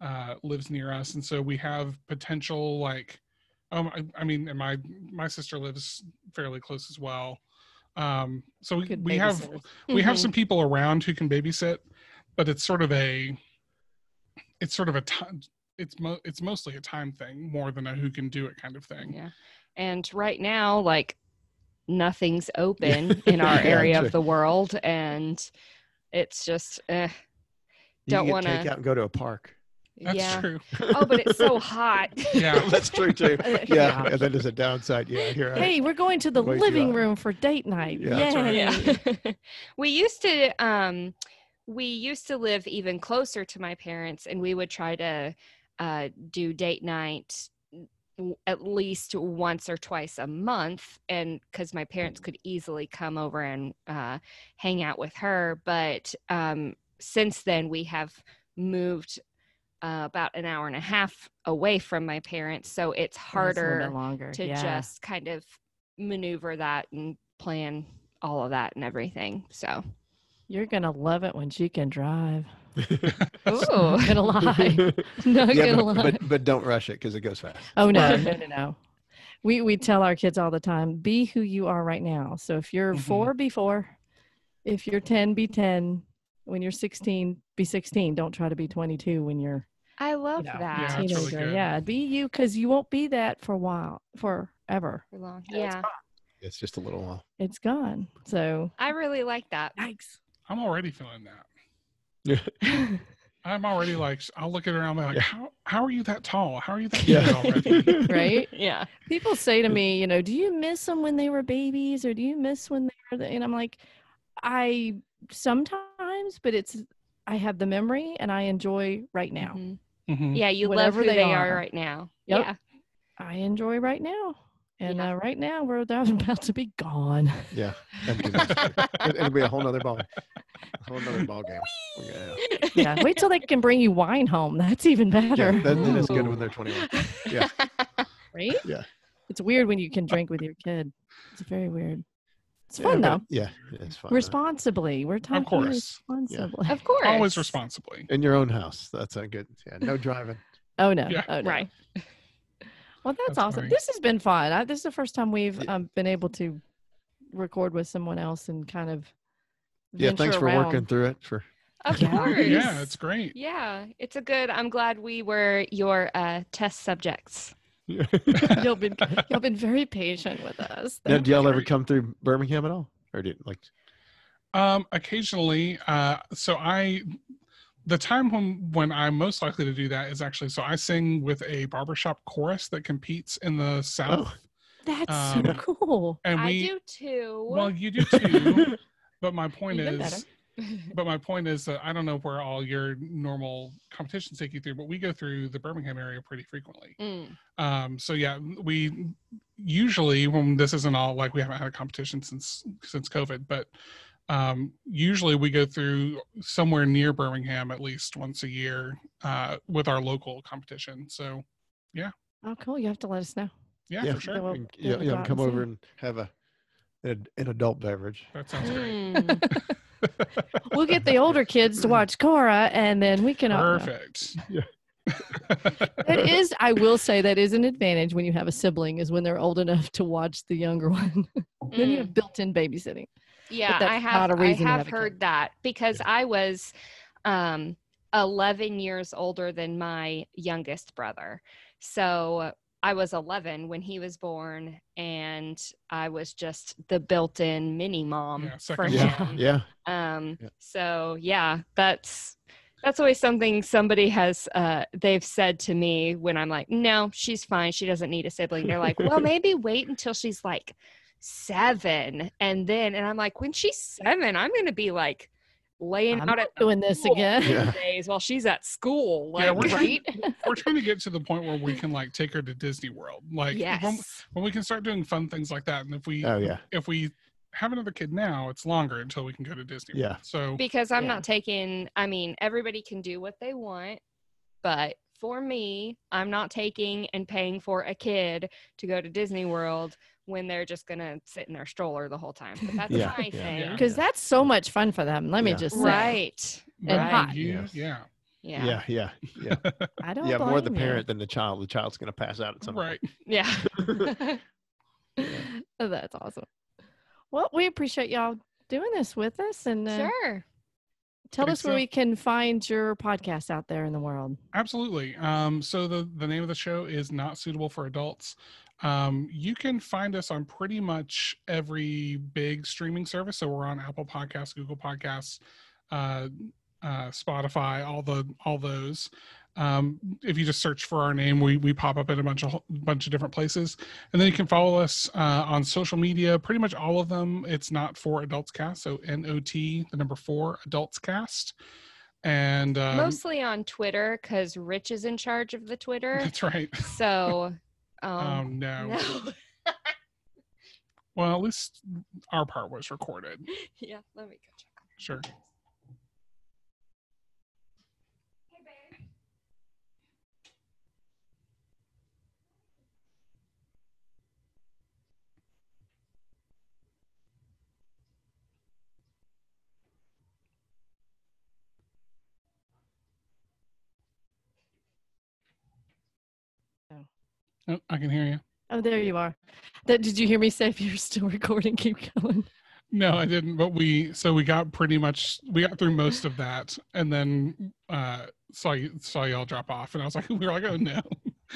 Speaker 3: uh, lives near us, and so we have potential like, um, I, I mean, and my my sister lives fairly close as well, um, so we,
Speaker 2: Good
Speaker 3: we have
Speaker 2: babysitter.
Speaker 3: we have
Speaker 4: mhm.
Speaker 3: some people around who can babysit, but it's sort of a it's sort of a time it's mo- it's mostly a time thing more than a who can do it kind of thing.
Speaker 4: Yeah. And right now, like nothing's open in our
Speaker 1: Yeah,
Speaker 4: area
Speaker 1: true.
Speaker 4: of the world. And it's just, eh,
Speaker 1: You
Speaker 4: Don't
Speaker 1: can
Speaker 4: wanna-
Speaker 1: take out and go to a park.
Speaker 3: That's
Speaker 4: yeah.
Speaker 3: true.
Speaker 4: Oh, but it's so hot.
Speaker 3: Yeah.
Speaker 1: that's true too.
Speaker 2: Uh,
Speaker 1: Yeah, and that is a downside. Yeah, here I
Speaker 2: Hey, we're going to the
Speaker 1: Wake you
Speaker 2: living
Speaker 1: up.
Speaker 2: room for date night.
Speaker 1: Yeah,
Speaker 2: Yeah.
Speaker 1: that's right.
Speaker 4: yeah. we used to, um, we used to live even closer to my parents and we would try to uh, do date night w- at least once or twice a month and because my parents could easily come over and uh, hang out with her but um, since then we have moved uh, about an hour and a half away from my parents so it's harder
Speaker 2: longer.
Speaker 4: to
Speaker 2: yeah.
Speaker 4: just kind of maneuver that and plan all of that and everything so
Speaker 2: You're gonna love it when she can drive.
Speaker 4: Ooh.
Speaker 2: Not gonna lie. Not
Speaker 1: yeah,
Speaker 2: gonna
Speaker 1: but,
Speaker 2: lie.
Speaker 1: but but don't rush it because it goes fast.
Speaker 2: Oh no,
Speaker 4: Right.
Speaker 2: no, no, no. We we tell our kids all the time, be who you are right now. So if you're
Speaker 3: Mhm.
Speaker 2: four, be four. If you're ten, be ten. When you're sixteen, be sixteen. Don't try to be twenty-two when you're
Speaker 4: i
Speaker 2: you
Speaker 4: love
Speaker 2: know,
Speaker 3: Yeah,
Speaker 4: that
Speaker 3: that's really
Speaker 2: teenager.
Speaker 3: good.
Speaker 2: yeah, be you because you won't be that for a while, forever.
Speaker 4: For long-
Speaker 2: Yeah, it's
Speaker 4: yeah
Speaker 1: It's just a little while.
Speaker 2: It's gone. So
Speaker 4: I really like that.
Speaker 2: yikes.
Speaker 3: I'm already feeling that.
Speaker 4: I
Speaker 3: I'm already like, I'll look at her and I'll be like,
Speaker 1: Yeah.
Speaker 3: how, how are you that tall? How are you that
Speaker 1: Yeah.
Speaker 3: big already?
Speaker 2: Right?
Speaker 4: yeah.
Speaker 2: People say to me, you know, do you miss them when they were babies or do you miss when they were the-" and I'm like, I sometimes, but it's I have the memory and I enjoy right now.
Speaker 1: Mm-hmm.
Speaker 4: Mhm.
Speaker 3: Mhm.
Speaker 4: Yeah, you
Speaker 2: Mm-hmm. Whatever
Speaker 4: love who
Speaker 2: they
Speaker 4: they, are.
Speaker 2: are.
Speaker 4: right now.
Speaker 2: Yep.
Speaker 4: Yeah.
Speaker 2: I enjoy right now. And
Speaker 4: Yeah.
Speaker 2: uh, right now we're about to be gone.
Speaker 1: Yeah. that'd be nice. It- It'll be a whole nother ball, a whole nother ball game. We're gonna have-
Speaker 2: Yeah. Wait till they can bring you wine home. That's even
Speaker 1: Yeah,
Speaker 2: better.
Speaker 1: that, that is good
Speaker 3: Ooh.
Speaker 1: when they're 21. Yeah.
Speaker 4: yeah.
Speaker 2: right?
Speaker 1: Yeah.
Speaker 2: It's weird when you can drink with your kid. It's very weird. It's
Speaker 1: yeah,
Speaker 2: fun
Speaker 1: but-
Speaker 2: though.
Speaker 1: Yeah, it's fun. though.
Speaker 2: Responsibly. We're talking
Speaker 3: course.
Speaker 2: responsibly.
Speaker 4: Of course.
Speaker 3: Always responsibly.
Speaker 1: In your own house. That's a good. Yeah, no driving.
Speaker 2: Oh no.
Speaker 3: Yeah.
Speaker 2: Oh no.
Speaker 4: Right.
Speaker 2: Well, that's,
Speaker 3: That's
Speaker 2: awesome.
Speaker 3: funny.
Speaker 2: This has been fun. I, this is the first time we've
Speaker 1: Yeah.
Speaker 2: um, been able to record with someone else and kind of.
Speaker 1: Yeah,
Speaker 2: venture
Speaker 1: thanks for
Speaker 2: around.
Speaker 1: working through it. For
Speaker 4: Of
Speaker 2: Yeah.
Speaker 4: course.
Speaker 3: Yeah, it's great.
Speaker 4: Yeah, it's a good. I'm glad we were your uh, test subjects.
Speaker 2: Y'all been y'all been very patient with us.
Speaker 1: now,
Speaker 2: Thank
Speaker 1: do y'all ever
Speaker 3: great.
Speaker 1: come through Birmingham at all, or did like?
Speaker 3: Um, occasionally, uh, so I, the time when when I'm most likely to do that is actually so I sing with a barbershop chorus that competes in the South,
Speaker 2: That's so
Speaker 3: Um,
Speaker 2: cool.
Speaker 3: and we.
Speaker 4: I do too.
Speaker 3: Well, you do too. but my point
Speaker 2: Even
Speaker 3: is, but my point is that I don't know where all your normal competitions take you through, but we go through the Birmingham area pretty frequently.
Speaker 4: Mm.
Speaker 3: Um, so yeah, we usually when this isn't all like we haven't had a competition since since COVID, but um, usually we go through somewhere near Birmingham at least once a year uh, with our local competition. So
Speaker 2: Oh, cool. You have to let us know.
Speaker 3: yeah,
Speaker 1: yeah,
Speaker 3: for sure.
Speaker 2: Well,
Speaker 1: and-
Speaker 2: yeah,
Speaker 1: yeah,
Speaker 2: we
Speaker 1: yeah,
Speaker 2: go out
Speaker 1: come
Speaker 2: and see.
Speaker 1: over and have a an, an adult beverage.
Speaker 3: That sounds great.
Speaker 4: Mm.
Speaker 2: We'll get the older kids to watch Cora, and then we can. all know.
Speaker 3: Perfect.
Speaker 1: Yeah.
Speaker 2: That is, I will say, that is an advantage when you have a sibling, is when they're old enough to watch the younger one. then you
Speaker 4: Mm.
Speaker 2: have built-in babysitting.
Speaker 4: Yeah,
Speaker 2: that's
Speaker 4: I have.
Speaker 2: not a reason to
Speaker 4: I
Speaker 2: have
Speaker 4: have
Speaker 2: a kid.
Speaker 4: heard that because I was um, 11 years older than my youngest brother, so I was 11 when he was born, and I was just the built-in mini mom
Speaker 3: Yeah,
Speaker 4: for
Speaker 3: second
Speaker 4: him.
Speaker 1: Yeah, yeah.
Speaker 4: Um,
Speaker 1: Yeah.
Speaker 4: So yeah, that's that's always something somebody has uh, they've said to me when I'm like, no, she's fine, she doesn't need a sibling. They're like, well, maybe wait until she's like seven, and then and I'm like, when she's seven, I'm gonna be like laying
Speaker 2: I'm not
Speaker 4: out at
Speaker 2: doing this
Speaker 4: pool
Speaker 2: again.
Speaker 1: Yeah.
Speaker 4: days while she's at school. Like,
Speaker 3: Yeah, we're
Speaker 4: right?
Speaker 3: We're trying to get to the point where we can like take her to Disney World. Like when,
Speaker 4: yes.
Speaker 3: when we can start doing fun things like that, and if we
Speaker 1: Oh yeah.
Speaker 3: if we have another kid now, it's longer until we can go to Disney.
Speaker 1: Yeah.
Speaker 3: World. So
Speaker 4: Because I'm
Speaker 2: Yeah.
Speaker 4: not taking. I mean, everybody can do what they want, but for me, I'm not taking and paying for a kid to go to Disney World when they're just gonna sit in their stroller the whole time. But that's
Speaker 1: Yeah,
Speaker 4: my
Speaker 1: yeah.
Speaker 4: thing.
Speaker 3: Yeah.
Speaker 2: Because that's so much fun for them. Let me
Speaker 1: Yeah.
Speaker 2: just say,
Speaker 4: Right.
Speaker 3: But
Speaker 2: hot.
Speaker 3: you-
Speaker 1: Yes.
Speaker 3: yeah,
Speaker 4: Yeah.
Speaker 1: Yeah, yeah, yeah.
Speaker 2: I don't.
Speaker 1: Yeah, more the
Speaker 2: blame you.
Speaker 1: parent than the child. The child's going to pass out at some
Speaker 3: right.
Speaker 4: Yeah.
Speaker 2: Oh, that's awesome. Well, we appreciate y'all doing this with us, and uh,
Speaker 4: sure.
Speaker 2: tell us where
Speaker 3: Excellent.
Speaker 2: we can find your podcast out there in the world.
Speaker 3: Absolutely. Um, so the the name of the show is not suitable for adults. Um, you can find us on pretty much every big streaming service. So we're on Apple Podcasts, Google Podcasts, uh, uh, Spotify, all the all those. Um, if you just search for our name, we we pop up in a bunch of bunch of different places, and then you can follow us uh, on social media. Pretty much all of them. It's not for adults cast. So N O T the number four adults cast, and um,
Speaker 4: Mostly on Twitter because Rich is in charge of the Twitter.
Speaker 3: that's right.
Speaker 4: So. Um,
Speaker 3: Um, no.
Speaker 4: no.
Speaker 3: Well, at least our part was recorded.
Speaker 4: yeah. Let me go check.
Speaker 3: Sure.
Speaker 4: Hey, babe.
Speaker 3: Oh, I can hear you.
Speaker 2: Oh, there you are. That did you hear me say? If you're still recording, keep going.
Speaker 3: No, I didn't. But we so we got pretty much we got through most of that, and then uh saw you saw y'all drop off, and I was like, we were like, oh no.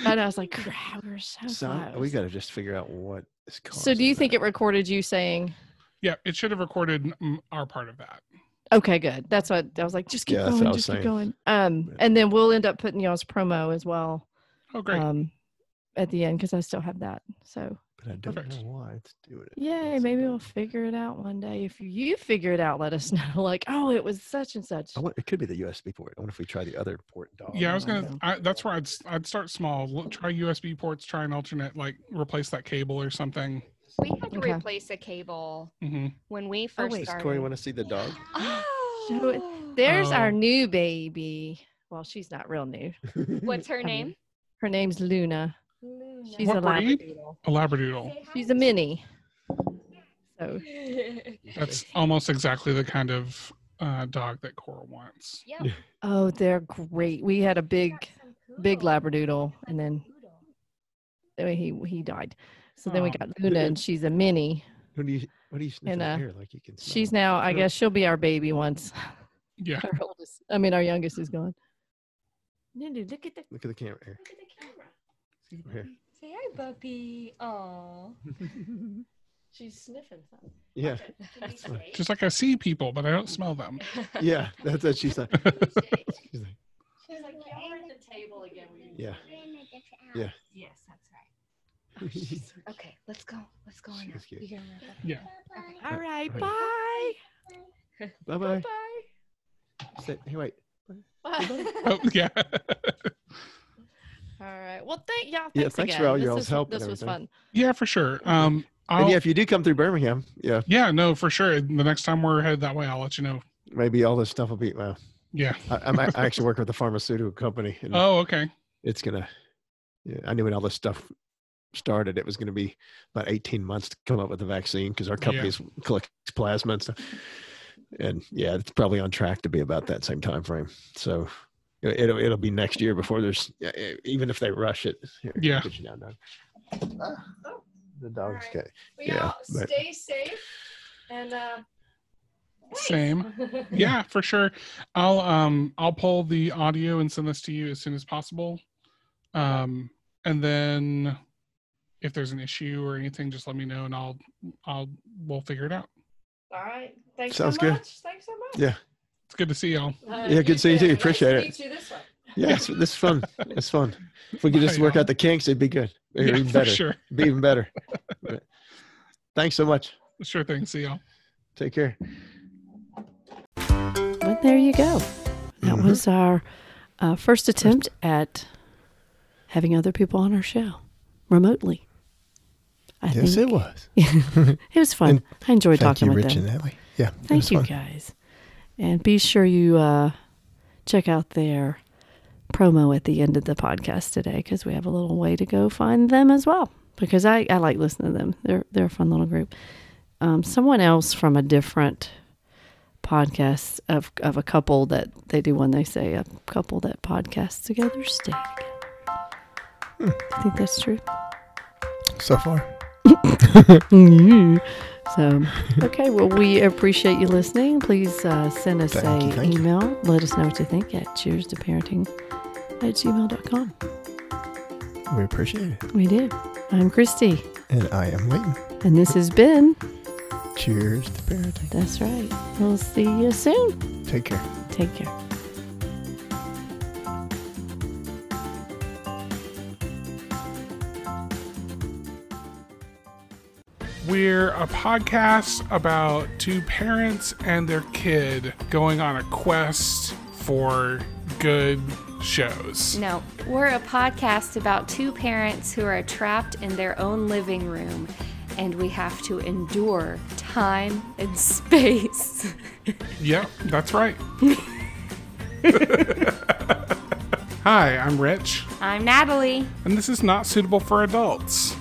Speaker 2: And I was like, crap, we're so
Speaker 1: Some,
Speaker 2: close.
Speaker 1: we got to just figure out what is causing.
Speaker 5: So do you think
Speaker 1: that.
Speaker 5: it recorded you saying,
Speaker 3: Yeah, it should have recorded mm, our part of that.
Speaker 5: okay, good. That's what I was like, just keep
Speaker 1: Yeah, that's what
Speaker 5: going,
Speaker 1: I was
Speaker 5: just keep
Speaker 1: saying.
Speaker 5: going. Um,
Speaker 1: Yeah.
Speaker 5: and then we'll end up putting y'all's promo as well.
Speaker 3: Oh, great.
Speaker 5: Um, at the end, because I still have that. So
Speaker 1: But I don't
Speaker 3: Perfect.
Speaker 1: know why it's doing it.
Speaker 5: Yay,
Speaker 1: That's
Speaker 5: maybe
Speaker 1: annoying.
Speaker 5: we'll figure it out one day. If you figure it out, let us know. Like, oh, it was such and such.
Speaker 1: I want, it could be the USB port. I wonder if we try the other port. Dog.
Speaker 3: yeah, I was gonna.
Speaker 5: no.
Speaker 3: I, that's where I'd s- I'd start small. Look, Try USB ports. Try an alternate, like replace that cable or something.
Speaker 4: We had to
Speaker 5: Okay. Oh,
Speaker 4: replace a cable
Speaker 3: hmm
Speaker 4: when we first
Speaker 5: wait.
Speaker 1: Does
Speaker 4: started.
Speaker 1: Corey want to see the dog?
Speaker 5: Show it.
Speaker 4: Oh,
Speaker 5: There's our
Speaker 3: Oh.
Speaker 5: new baby. Well, she's not real new.
Speaker 4: What's her
Speaker 5: I mean,
Speaker 4: name?
Speaker 5: Her name's Luna. She's
Speaker 3: What
Speaker 5: a
Speaker 3: breed?
Speaker 5: Labradoodle.
Speaker 3: A labradoodle.
Speaker 5: She's a mini. So
Speaker 3: That's almost exactly the kind of uh, dog that Cora wants.
Speaker 4: yep.
Speaker 5: oh, they're great. We had a big big Labradoodle and then then he he died. So then we
Speaker 3: Oh.
Speaker 5: got Luna and she's a mini.
Speaker 1: What do you? What do you sniff
Speaker 5: And,
Speaker 1: out
Speaker 5: uh,
Speaker 1: here? Like you can. smell
Speaker 5: She's
Speaker 1: it.
Speaker 5: now I
Speaker 1: Sure.
Speaker 5: guess she'll be our baby once
Speaker 3: Yeah.
Speaker 5: our oldest I mean our youngest is gone. Nunu, look at the
Speaker 1: Look at the camera here.
Speaker 5: look at the camera.
Speaker 1: See over here.
Speaker 4: Say hi, puppy. Aww.
Speaker 5: She's sniffing something.
Speaker 1: Yeah,
Speaker 3: Just like I see people, but I don't smell them.
Speaker 1: yeah. That's what she's like. She's like,
Speaker 5: She's like, y'all are at the table again.
Speaker 1: yeah.
Speaker 5: Yes, that's right.
Speaker 3: Oh,
Speaker 1: She's
Speaker 4: Okay, let's go. Let's go.
Speaker 1: She's cute.
Speaker 4: You can wrap
Speaker 3: Yeah.
Speaker 5: All right,
Speaker 1: Right.
Speaker 5: bye.
Speaker 1: Bye bye. Say, hey, wait.
Speaker 5: Bye.
Speaker 3: Oh, yeah.
Speaker 5: All right. Well, thank y'all. Thanks
Speaker 1: Yeah, thanks for
Speaker 5: again.
Speaker 1: all
Speaker 5: This
Speaker 1: y'all's
Speaker 5: was-
Speaker 1: help and
Speaker 5: This was
Speaker 1: everything.
Speaker 5: fun.
Speaker 3: yeah, for sure. Um,
Speaker 1: And
Speaker 3: I'll,
Speaker 1: yeah,
Speaker 3: yeah.
Speaker 1: if you do come through Birmingham, yeah,
Speaker 3: no, for sure. The next time we're headed that way, I'll let you know.
Speaker 1: maybe all this stuff will be. Well,
Speaker 3: Yeah.
Speaker 1: I, I'm, I actually work with a pharmaceutical company, and
Speaker 3: Oh, okay.
Speaker 1: it's gonna. Yeah, I knew when all this stuff started, it was gonna be about 18 months to come up with a vaccine because our
Speaker 3: Yeah.
Speaker 1: company's collects plasma and stuff. And yeah, it's probably on track to be about that same time frame. So it- it'll it'll be next year before there's yeah, e- even if they rush it. Here,
Speaker 3: Yeah.
Speaker 1: get you down, dog. The dog's
Speaker 5: right.
Speaker 1: got
Speaker 5: yeah,
Speaker 1: Yeah, but-
Speaker 5: stay safe and uh,
Speaker 3: Same. Yeah, for sure. I'll um I'll pull the audio and send this to you as soon as possible. Um and then if there's an issue or anything, just let me know and I'll I'll we'll figure it out.
Speaker 5: all right. Thanks
Speaker 1: Sounds
Speaker 5: so
Speaker 1: good.
Speaker 5: much. Thanks so much.
Speaker 1: Yeah.
Speaker 3: It's good to see y'all.
Speaker 5: Uh,
Speaker 1: Yeah, good seeing you too.
Speaker 5: Nice
Speaker 1: Appreciate
Speaker 5: to
Speaker 1: it.
Speaker 5: meet you this way.
Speaker 1: Yeah, it's, this is fun. It's fun. If we could just
Speaker 3: I
Speaker 1: work
Speaker 3: know.
Speaker 1: out the kinks, it'd be good. It'd be
Speaker 3: Yeah,
Speaker 1: even
Speaker 3: for
Speaker 1: better.
Speaker 3: sure.
Speaker 1: It'd be even better. But thanks so much.
Speaker 3: Sure thing. See y'all.
Speaker 1: Take care.
Speaker 2: But there you go. That
Speaker 1: Mhm.
Speaker 2: was our uh, first attempt at having other people on our show remotely. I think
Speaker 1: was.
Speaker 2: it was fun.
Speaker 1: And
Speaker 2: I enjoyed talking with them.
Speaker 1: Ellie. Yeah.
Speaker 2: Thank you guys. And be sure you uh, check out their promo at the end of the podcast today because we have a little way to go find them as well. Because I, I like listening to them. They're they're a fun little group. Um, someone else from a different podcast of of a couple that they do one they say a couple that podcasts together stay together. I think that's true.
Speaker 1: So far.
Speaker 2: So, okay, well, we appreciate you listening. Please uh, send us
Speaker 1: Thank you,
Speaker 2: a
Speaker 1: thank you.
Speaker 2: email. Let us know what you think at cheers to parenting at gmail.com.
Speaker 1: We appreciate it.
Speaker 2: We do. I'm Christy,
Speaker 1: And I am waiting.
Speaker 2: and this has been.
Speaker 1: Cheers to parenting.
Speaker 2: That's right. We'll see you soon.
Speaker 1: Take care.
Speaker 2: Take care.
Speaker 3: We're a podcast about two parents and their kid going on a quest for good shows.
Speaker 6: No, we're a podcast about two parents who are trapped in their own living room and we have to endure time and space.
Speaker 3: Yep, that's right. Hi, I'm Rich,
Speaker 6: I'm Natalie.
Speaker 3: and this is not suitable for adults.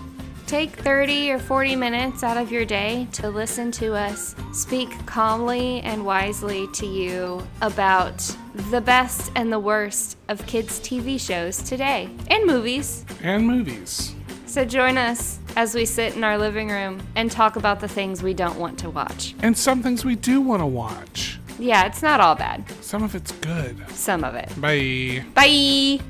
Speaker 6: Take 30 or 40 minutes out of your day to listen to us speak calmly and wisely to you about the best and the worst of kids' TV shows today and movies.
Speaker 3: And movies.
Speaker 6: So join us as we sit in our living room and talk about the things we don't want to watch.
Speaker 3: And some things we do want to watch.
Speaker 6: Yeah, it's not all bad.
Speaker 3: Some of it's good.
Speaker 6: some of it.
Speaker 3: Bye.
Speaker 6: Bye.